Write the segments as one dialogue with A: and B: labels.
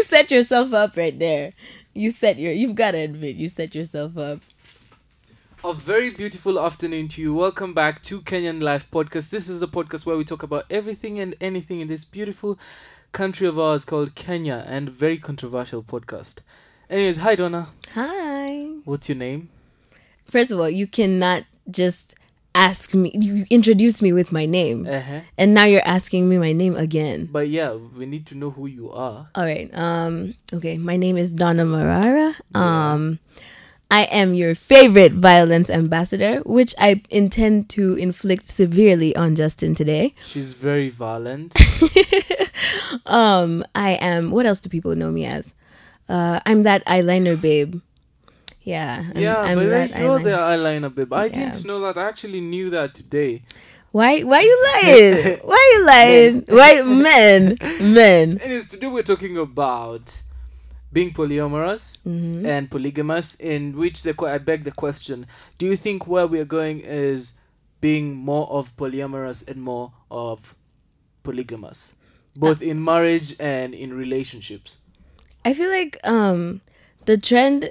A: set yourself up right there. You set your. You've got to admit, you set yourself up.
B: A very beautiful afternoon to you. Welcome back to Kenyan Life Podcast. This is the podcast where we talk about everything and anything in this beautiful country of ours called Kenya and very controversial podcast. Anyways, hi Donna.
A: Hi.
B: What's your name?
A: First of all, you cannot just ask me. You introduced me with my name,
B: Uh-huh.
A: and now you're asking me my name again.
B: But yeah, we need to know who you are.
A: All right. Um. Okay. My name is Donna Marara. Um. I am your favorite violence ambassador, which I intend to inflict severely on Justin today.
B: She's very violent.
A: Um, I am. What else do people know me as? Uh, I'm that eyeliner babe. Yeah. I'm,
B: yeah,
A: I'm
B: but
A: that
B: then you're
A: eyeliner.
B: the eyeliner babe. I
A: Yeah.
B: didn't know that. I actually knew that today.
A: Why? Why you lying? Why you lying? Why men? Men.
B: Anyways, today we're talking about being polyamorous
A: Mm-hmm.
B: and polygamous, in which the que- I beg the question: Do you think where we are going is being more of polyamorous and more of polygamous, both in marriage and in relationships?
A: I feel like um, the trend.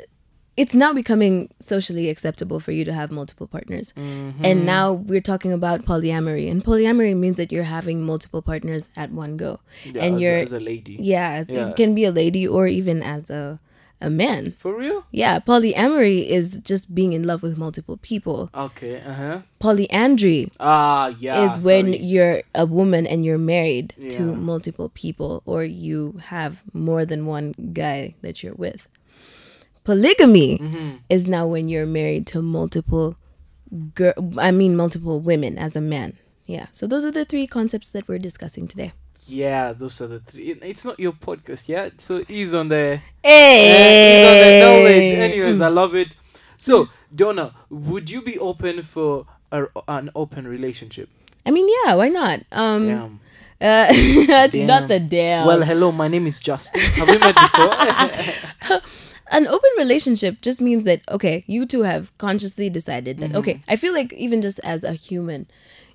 A: It's now becoming socially acceptable for you to have multiple partners.
B: Mm-hmm.
A: And now we're talking about polyamory. And polyamory means that you're having multiple partners at one go.
B: Yeah,
A: and
B: as,
A: you're,
B: a, as a lady,
A: yeah, as,
B: Yeah.
A: it can be a lady or even as a, a man.
B: for real?
A: Yeah, polyamory is just being in love with multiple people.
B: Okay, uh huh.
A: Polyandry
B: Ah, yeah.
A: is when
B: sorry.
A: you're a woman and you're married
B: Yeah.
A: to multiple people or you have more than one guy that you're with. Polygamy
B: Mm-hmm.
A: is now when you're married to multiple girl I mean multiple women as a man. Yeah. So those are the three concepts that we're discussing today.
B: Yeah, those are the three. It- It's not your podcast yet, so he's on the
A: Hey.
B: It's Eh, on the knowledge. Anyways, I love it. So, Donna, would you be open for a, an open relationship?
A: I mean, yeah, why not? Um
B: Damn.
A: uh it's
B: Damn.
A: not the damn.
B: Well, hello, my name is Justin. Have we met before? Eh,
A: an open relationship just means that okay you two have consciously decided that okay i feel like even just as a human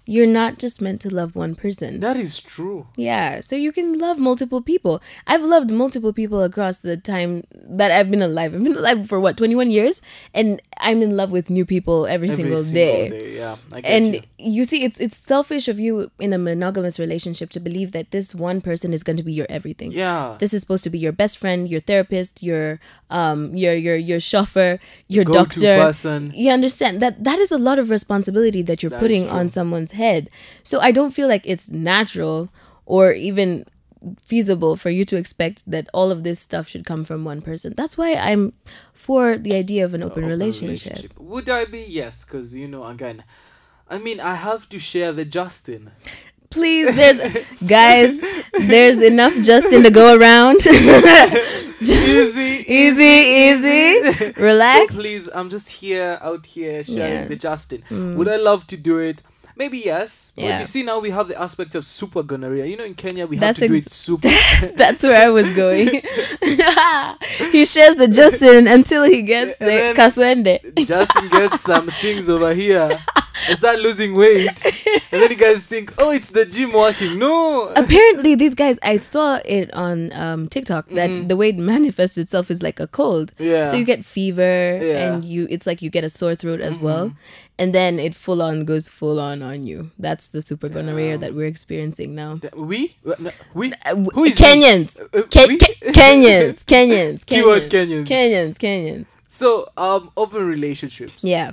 A: you're not just meant to love one person
B: that is true.
A: yeah so you can love multiple people i've loved multiple people across the time that i've been alive i've been alive for what 21 years and i'm in love with new people every, single, day,
B: Yeah, I get
A: And
B: you.
A: you see, it's it's selfish of you in a monogamous relationship to believe that this one person is going to be your everything
B: Yeah.
A: this is supposed to be your best friend, your therapist, your um your your your chauffeur, your
B: Go-to
A: doctor.
B: person. uh,
A: You understand that that is a lot of responsibility that you're
B: is
A: putting
B: true.
A: on someone's head. So I don't feel like it's natural or even feasible for you to expect that all of this stuff should come from one person. That's why I'm for the idea of an open,
B: Open
A: relationship.
B: Would I be? Yes, because, you know, again, I mean, I have to share the Justin.
A: Please, there's guys, there's enough Justin to go around.
B: Easy.
A: easy, easy.
B: So
A: Relax.
B: please, I'm just here, out here, sharing
A: Yeah. Mm.
B: the Justin. Would I love to do it? Maybe yes. But
A: Yeah.
B: you see, now we have the aspect of super gonorrhea. You know, in Kenya, we
A: That's
B: have to do
A: ex-
B: it super.
A: That's where I was going. he shares the Justin until he gets the
B: And then-
A: Kasuende.
B: Justin gets some things over here. I start losing weight. And then you guys think, oh, it's the gym working. No.
A: Apparently, these guys, I saw it on um, TikTok that the way it manifests itself is like a cold.
B: Mm-hmm. Yeah.
A: So you get fever
B: Yeah. Mm-hmm.
A: and you, it's like you get a sore throat as well. And then it full on goes full on on you. That's the super gonorrhea that we're experiencing now.
B: Th- We? Wha- no, We?
A: Uh, w-
B: Who is we?
A: Kenyans.
B: Uh, uh,
A: Ke-
B: we?
A: Ke- Kenyans. Kenyans.
B: Keyword
A: Kenyans.
B: Kenyans.
A: Kenyans. Kenyans.
B: So, um, open relationships.
A: Yeah.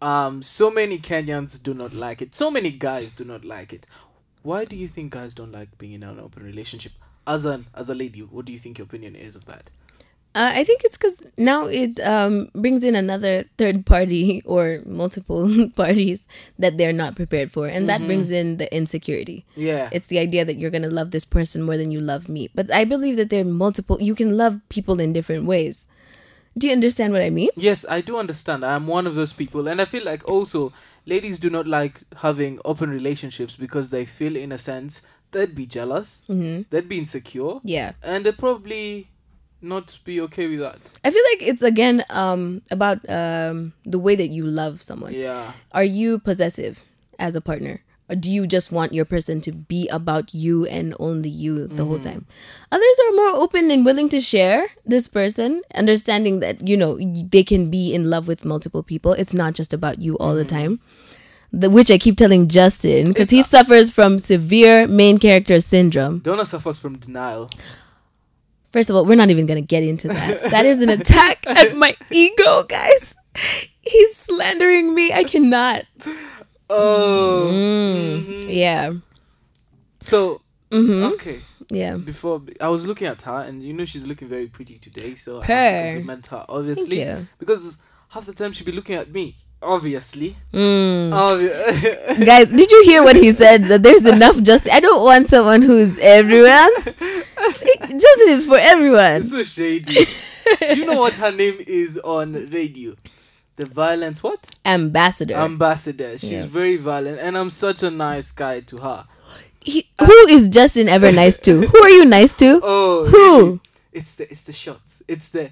B: Um, so many Kenyans do not like it. So many guys do not like it. Why do you think guys don't like being in an open relationship? As an as a lady, what do you think your opinion is of that?
A: Uh, I think it's because now it um, brings in another third party or multiple parties that they're not prepared for. And that brings in the insecurity.
B: Yeah.
A: It's the idea that you're going to love this person more than you love me. But I believe that there are multiple, you can love people in different ways. Do you understand what I mean?
B: yes, I do understand. I'm one of those people, and I feel like also ladies do not like having open relationships because they feel, in a sense, they'd be jealous, mm-hmm. they'd be insecure,
A: Yeah.
B: and they'd probably not be okay with that.
A: I feel like it's again um, about um, the way that you love someone.
B: Yeah.
A: Are you possessive as a partner? Or do you just want your person to be about you and only you the whole time? Others are more open and willing to share this person, understanding that, you know, y- they can be in love with multiple people. It's not just about you all the time. The, which I keep telling Justin because he suffers from severe main character syndrome.
B: Donna suffers from denial.
A: First of all, we're not even going to get into that. that is an attack at my ego, guys. He's slandering me. I cannot.
B: Oh,
A: Yeah.
B: so okay.
A: Yeah.
B: Before I was looking at her, and you know she's looking very pretty today, so I have
A: Purr.
B: to compliment her obviously
A: Thank you.
B: because half the time she'd be looking at me. Obviously,
A: Mm.
B: Obvi-
A: Guys, did you hear what he said? That there's enough justice. I don't want someone who's everyone's. Justice is for everyone.
B: it's so shady. Do you know what her name is on radio? The violent what?
A: Ambassador.
B: Um, Ambassador. She's
A: Yeah.
B: very violent, and I'm such a nice guy to her.
A: He- who is Justin ever nice to? Who are you nice to?
B: Oh,
A: Who?
B: really? It's the it's the shots. It's the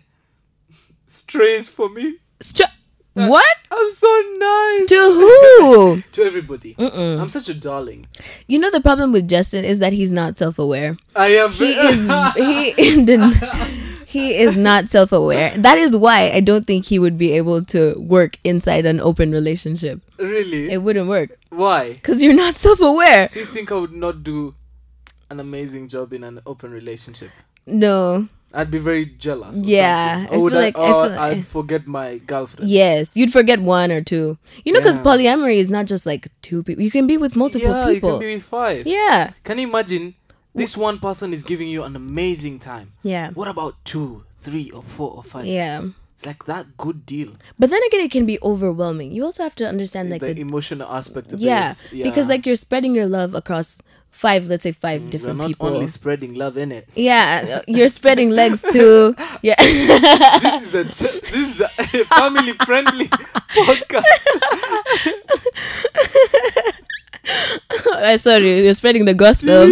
B: strays for me.
A: Str- what?
B: I'm so nice
A: To who?
B: to everybody. I'm such a darling.
A: You know the problem with Justin is that he's not self-aware.
B: I am.
A: He is he didn't he is not self-aware. That is why I don't think he would be able to work inside an open relationship.
B: really.
A: It wouldn't work
B: Why?
A: cuz you're not self-aware.
B: Do you think I would not do an amazing job in an open relationship?
A: No.
B: I'd be very jealous. or
A: Yeah,
B: something.
A: I
B: Or would
A: feel
B: I,
A: like- I
B: or
A: feel-
B: I'd forget my girlfriend.
A: Yes, you'd forget one or two. You know, because
B: Yeah.
A: polyamory is not just like two people. You can be with multiple
B: yeah, you
A: people.
B: can be with five.
A: yeah,
B: Can you imagine? This one person is giving you an amazing time.
A: yeah,
B: What about two, three, or four, or five?
A: yeah.
B: It's like that good deal.
A: But then again, it can be overwhelming. You also have to understand like
B: the,
A: the,
B: emotional aspect of
A: yeah,
B: it.
A: because like you're spreading your love across five, let's say five
B: we're
A: different
B: Mm, not
A: people.
B: only spreading love in it.
A: yeah, uh, you're spreading legs too. Yeah,
B: this is a ch- this is a family friendly podcast.
A: Uh, sorry, you're spreading the gospel.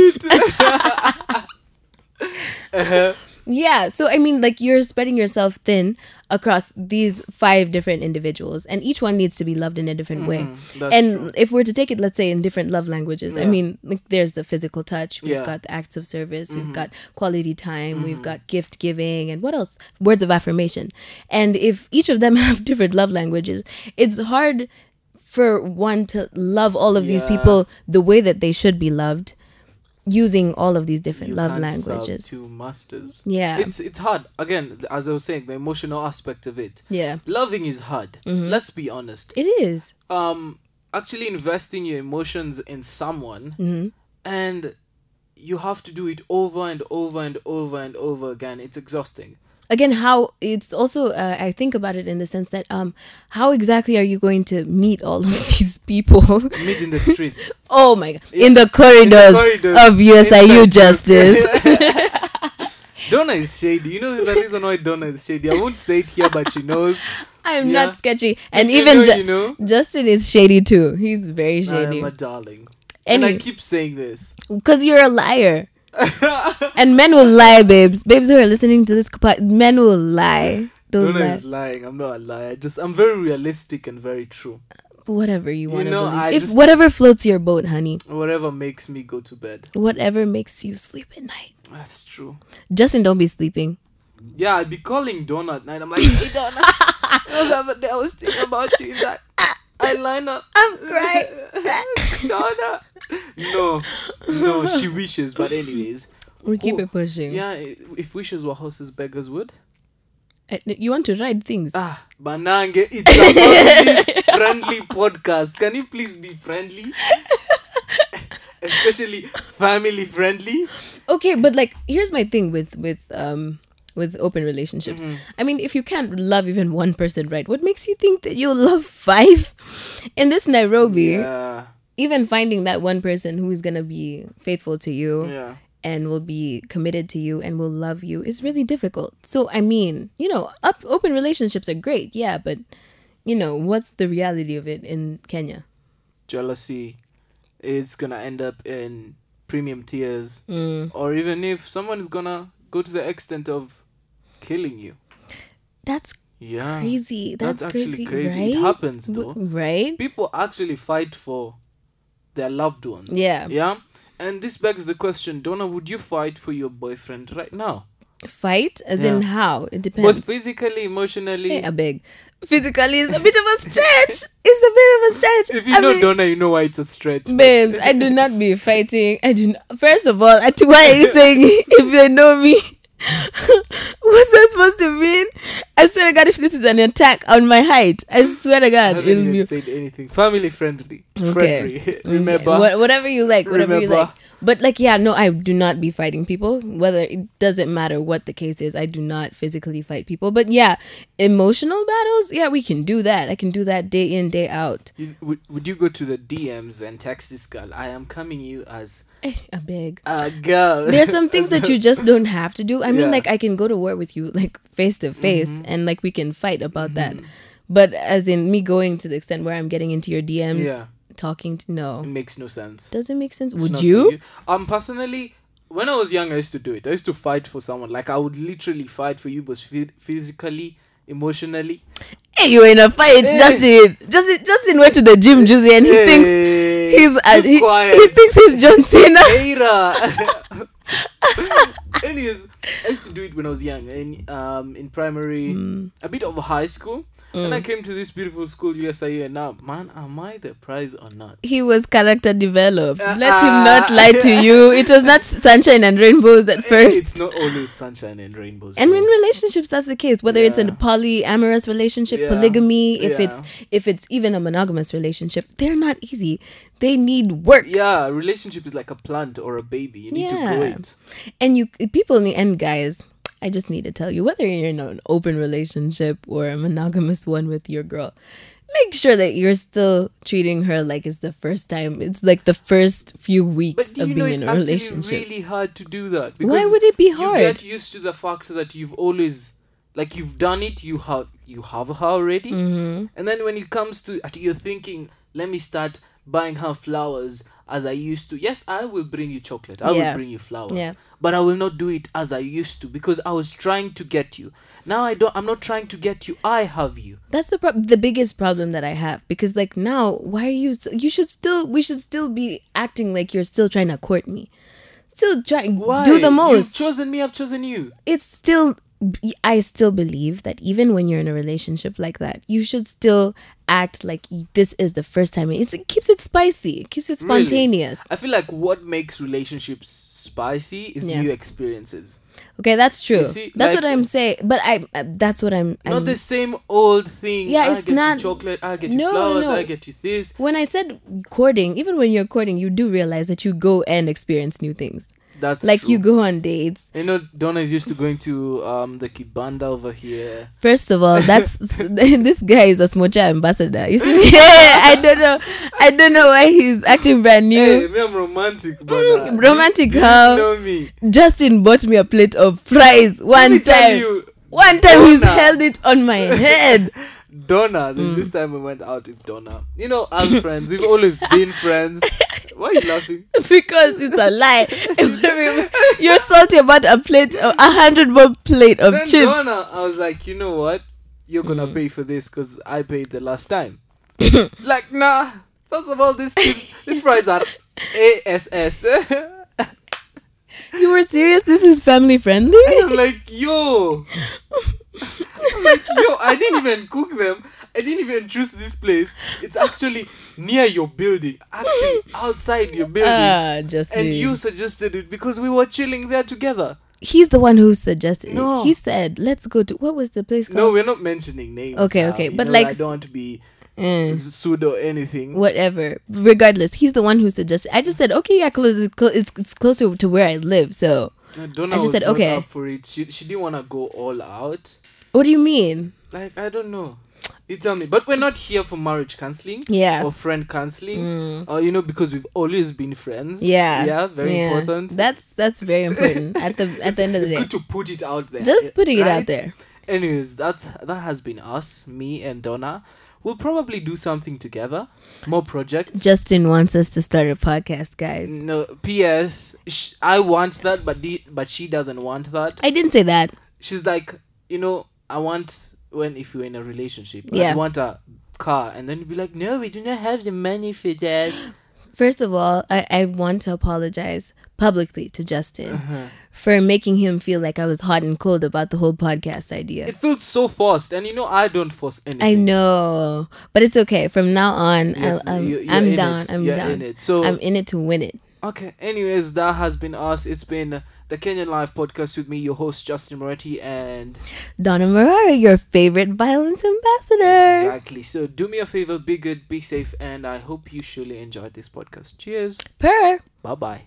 A: Yeah, so I mean, like you're spreading yourself thin across these five different individuals, and each one needs to be loved in a different way.
B: Mm-hmm, that's
A: And if we're to take it, let's say in different love languages, I
B: Yeah.
A: mean, like there's the physical touch, we've
B: Yeah. Mm-hmm.
A: got the acts of service, we've got quality time, we've got gift giving, and what else? Words of affirmation. And if each of them have different love languages, it's hard for one to love all of these
B: Yeah.
A: people the way that they should be loved using all of these different love
B: Can't serve
A: languages.
B: Two masters.
A: Yeah.
B: It's it's hard. Again, th- as I was saying, the emotional aspect of it.
A: yeah. Mm-hmm.
B: Loving is hard. Let's be honest.
A: It is.
B: Um, actually investing your emotions in someone,
A: Mm-hmm.
B: and you have to do it over and over and over and over again. It's exhausting.
A: again how it's also uh, i think about it in the sense that um how exactly are you going to meet all of these people
B: Meet in the streets.
A: oh my god in the corridors,
B: corridors.
A: of usiu
B: Inside
A: justice
B: Donna is shady. You know, there's a reason why Donna is shady. I won't say it here, but she knows.
A: i'm
B: Yeah.
A: not sketchy and
B: You
A: even
B: know,
A: Ju-
B: you know,
A: justin is shady too he's very shady
B: I'm a darling. And I
A: Any,
B: keep saying this.
A: because you're a liar and men will lie babes babes who are listening to this pod- men will lie they'll
B: Donna
A: lie
B: is lying. I'm not a liar. I Just I'm very realistic and very true.
A: whatever you want to
B: know, I
A: believe if
B: just-
A: whatever floats your boat honey
B: Whatever makes me go to bed.
A: whatever makes you sleep at night
B: That's true.
A: Justin, don't be sleeping.
B: Yeah, I'd be calling Donna at night. I'm like, hey Donna. the other day I was thinking about you. He's like, eyeliner.
A: I'm crying.
B: Donna. No, no. She wishes, but anyways.
A: We keep
B: Oh,
A: it pushing.
B: Yeah, i- if wishes were horses, beggars would.
A: Uh, You want to ride things.
B: Ah, Banange, it's a family friendly podcast. Can you please be friendly? Especially family friendly.
A: Okay, but like, here's my thing with with um with open relationships.
B: Mm-hmm.
A: I mean, if you can't love even one person, right? What makes you think that you'll love five? In this Nairobi,
B: Yeah,
A: even finding that one person who is gonna be faithful to you
B: yeah.
A: and will be committed to you and will love you is really difficult. So I mean, you know, up, open relationships are great, yeah, but you know, what's the reality of it in Kenya?
B: Jealousy. It's gonna end up in premium tiers,
A: Mm.
B: or even if someone is gonna go to the extent of killing you.
A: That's
B: Yeah,
A: crazy. That's, crazy,
B: actually crazy.
A: right?
B: It happens
A: W-
B: though.
A: right?
B: People actually fight for their loved ones.
A: Yeah.
B: Yeah. And this begs the question, Donna, would you fight for your boyfriend right now?
A: Fight as
B: Yeah.
A: in how it
B: Both
A: depends.
B: physically, emotionally.
A: Hey, I beg. Physically, is a bit of a stretch. It's a bit of a stretch.
B: If you
A: I
B: know
A: mean-
B: Donna, you know why it's a stretch.
A: babes i do not be fighting i do not first of all I think- why are you saying if they know me what's that supposed to mean i swear to god if this is an attack on my height i swear to
B: I
A: god
B: haven't
A: it'll
B: even
A: be
B: said anything. Family friendly.
A: Okay. Mm.
B: Friendly. Remember.
A: Wha- whatever you like whatever you
B: Remember.
A: like but like yeah no i do not be fighting people whether it doesn't matter what the case is i do not physically fight people but yeah emotional battles yeah we can do that i can do that day in day out
B: You, would, would you go to the DMs and text this girl? I am coming you as
A: Eh, i beg
B: a girl.
A: there's some things that you just don't have to do. I mean,
B: Yeah. Mm-hmm.
A: like I can go to war with you, like face to face, and like we can fight about that. But as in me going to the extent where I'm getting into your DMs,
B: Yeah.
A: talking to
B: It
A: no,
B: makes no sense.
A: does it make sense?
B: It's not
A: Would
B: for
A: you?
B: Um, personally, when I was young, I used to do it. I used to fight for someone. Like I would literally fight for you, but phy- physically, emotionally.
A: Hey, you were in a fight,
B: Eh.
A: Justin. Justin. Justin went to the gym, Juicy, and he thinks
B: Hey,
A: he's uh,
B: keep
A: he,
B: quiet.
A: he thinks he's John Cena.
B: Ada. Anyways, I used to do it when I was young, in um in primary,
A: Hmm.
B: a bit of high school. And I came to this beautiful school, USIU, and now, man, am I the prize or not?
A: He was character developed. Let him
B: Uh-uh.
A: not lie to you. It was not sunshine and rainbows at first.
B: It's not always sunshine and rainbows.
A: and
B: though.
A: in relationships that's the case whether it's a
B: Yeah.
A: polyamorous relationship
B: Yeah.
A: polygamy if
B: Yeah.
A: it's if it's even a monogamous relationship they're not easy they need work
B: yeah, relationship is like a plant or a baby. You need to grow
A: Yeah.
B: it.
A: and you people in the end guys i just need to tell you whether you're in an open relationship or a monogamous one with your girl make sure that you're still treating her like it's the first time it's like the first few
B: But
A: weeks
B: do
A: of
B: you know
A: being in
B: it's
A: a relationship
B: actually really hard to do that?
A: why would it be hard
B: You get used to the fact that you've always, like, you've done it. You have you have her already,
A: Mm-hmm.
B: and then when it comes to, you're thinking, let me start buying her flowers as I used to. Yes, I will bring you chocolate. I
A: Yeah.
B: will bring you flowers.
A: Yeah.
B: But I will not do it as I used to because I was trying to get you. Now I don't. I'm not trying to get you. I have you.
A: That's the prob- the biggest problem that I have because like now why are you s- you should still we should still be acting like you're still trying to court me. Still try
B: Why?
A: do the most.
B: You've chosen me. I've chosen you.
A: it's still I still believe that even when you're in a relationship like that, you should still act like y- this is the first time. It's, it keeps it spicy. It keeps it
B: Really.
A: spontaneous.
B: I feel like what makes relationships spicy is
A: Yeah.
B: new experiences.
A: Okay, that's true.
B: see,
A: that's
B: like-
A: what I'm saying. But I uh, that's what I'm.
B: Not
A: I'm
B: the same old thing.
A: Yeah,
B: I
A: it's
B: get
A: not-
B: you chocolate, I get you
A: No, no,
B: flowers,
A: no.
B: I get you this.
A: when I said courting, even when you're courting, you do realize that you go and experience new things.
B: That's
A: Like
B: true.
A: you go on dates.
B: You know, Donna is used to going to um the kibanda over here.
A: First of all, that's this guy is a smocha ambassador. You see me? Yeah, I don't know. I don't know why he's acting brand
B: Hey,
A: new.
B: me, I'm romantic, but
A: Mm,
B: uh,
A: romantic, um,
B: you,
A: huh?
B: You know me.
A: Justin bought me a plate of fries
B: Let me
A: one
B: tell
A: time.
B: you,
A: One time he's
B: Donna.
A: held it on my head.
B: Donna. There's
A: Mm.
B: this time we went out with Donna. You know, as friends, we've always been friends. Why are you laughing?
A: because it's a lie. You're salty about a plate, of, a hundred bob plate of
B: then
A: chips. Mm.
B: Donna, I was like, you know what? You're gonna pay for this because I paid the last time. it's like, nah. First of all, these chips, these fries are ASS.
A: You were serious? This is family friendly?
B: I'm like, yo. I'm like, yo, I didn't even cook them. I didn't even choose this place. It's actually near your building, actually outside your building.
A: Ah, Justin.
B: and you suggested it because we were chilling there together.
A: He's the one who suggested
B: No.
A: it. He said, let's go to. What was the place called?
B: No, we're not mentioning names.
A: Oh. Okay,
B: now,
A: okay,
B: you
A: but
B: know,
A: like
B: I
A: s-
B: don't want to be
A: Eh.
B: pseudo anything.
A: whatever. Regardless, he's the one who suggested. I just said, okay, yeah, close, it's, clo- it's, it's closer to where I live. So,
B: No, Donna
A: I just
B: was
A: said,
B: not
A: "Okay."
B: up for it. She, she didn't want to go all out.
A: what do you mean?
B: Like, I don't know. You tell me. But we're not here for marriage counseling
A: Yeah. Mm.
B: or friend counseling. Or, you know, because we've always been friends.
A: Yeah.
B: Yeah, very
A: Yeah.
B: important.
A: That's that's very important at the at the end of the
B: it's
A: day.
B: good to put it out there. eh,
A: Just putting it out
B: right?
A: there.
B: Anyways, that's that has been us, me and Donna. We'll probably do something together. More projects.
A: Justin wants us to start a podcast, guys.
B: No, P.S. Sh- I want that, but the, but she doesn't want that.
A: I didn't say that.
B: she's like, you know, I want when if you're in a relationship, like,
A: Yeah.
B: you want a car, and then you'd be like, no, we do not have the money for that.
A: First of all, I, I want to apologize publicly to Justin
B: Uh-huh.
A: for making him feel like I was hot and cold about the whole podcast idea.
B: It feels so forced, and you know I don't force anything.
A: I know, but it's okay. From now on,
B: Yes,
A: I'll, I'm,
B: you- you're in
A: I'm down.
B: it.
A: I'm
B: You're
A: down.
B: in it. So-
A: I'm in it to win it.
B: Okay. Anyways, that has been us. It's been the Kenyan Life podcast with me, your host Justin Moretti, and
A: Donna Marara, your favorite violence ambassador.
B: exactly. So do me a favor, be good, be safe, and I hope you surely enjoyed this podcast. Cheers.
A: Per.
B: Bye bye.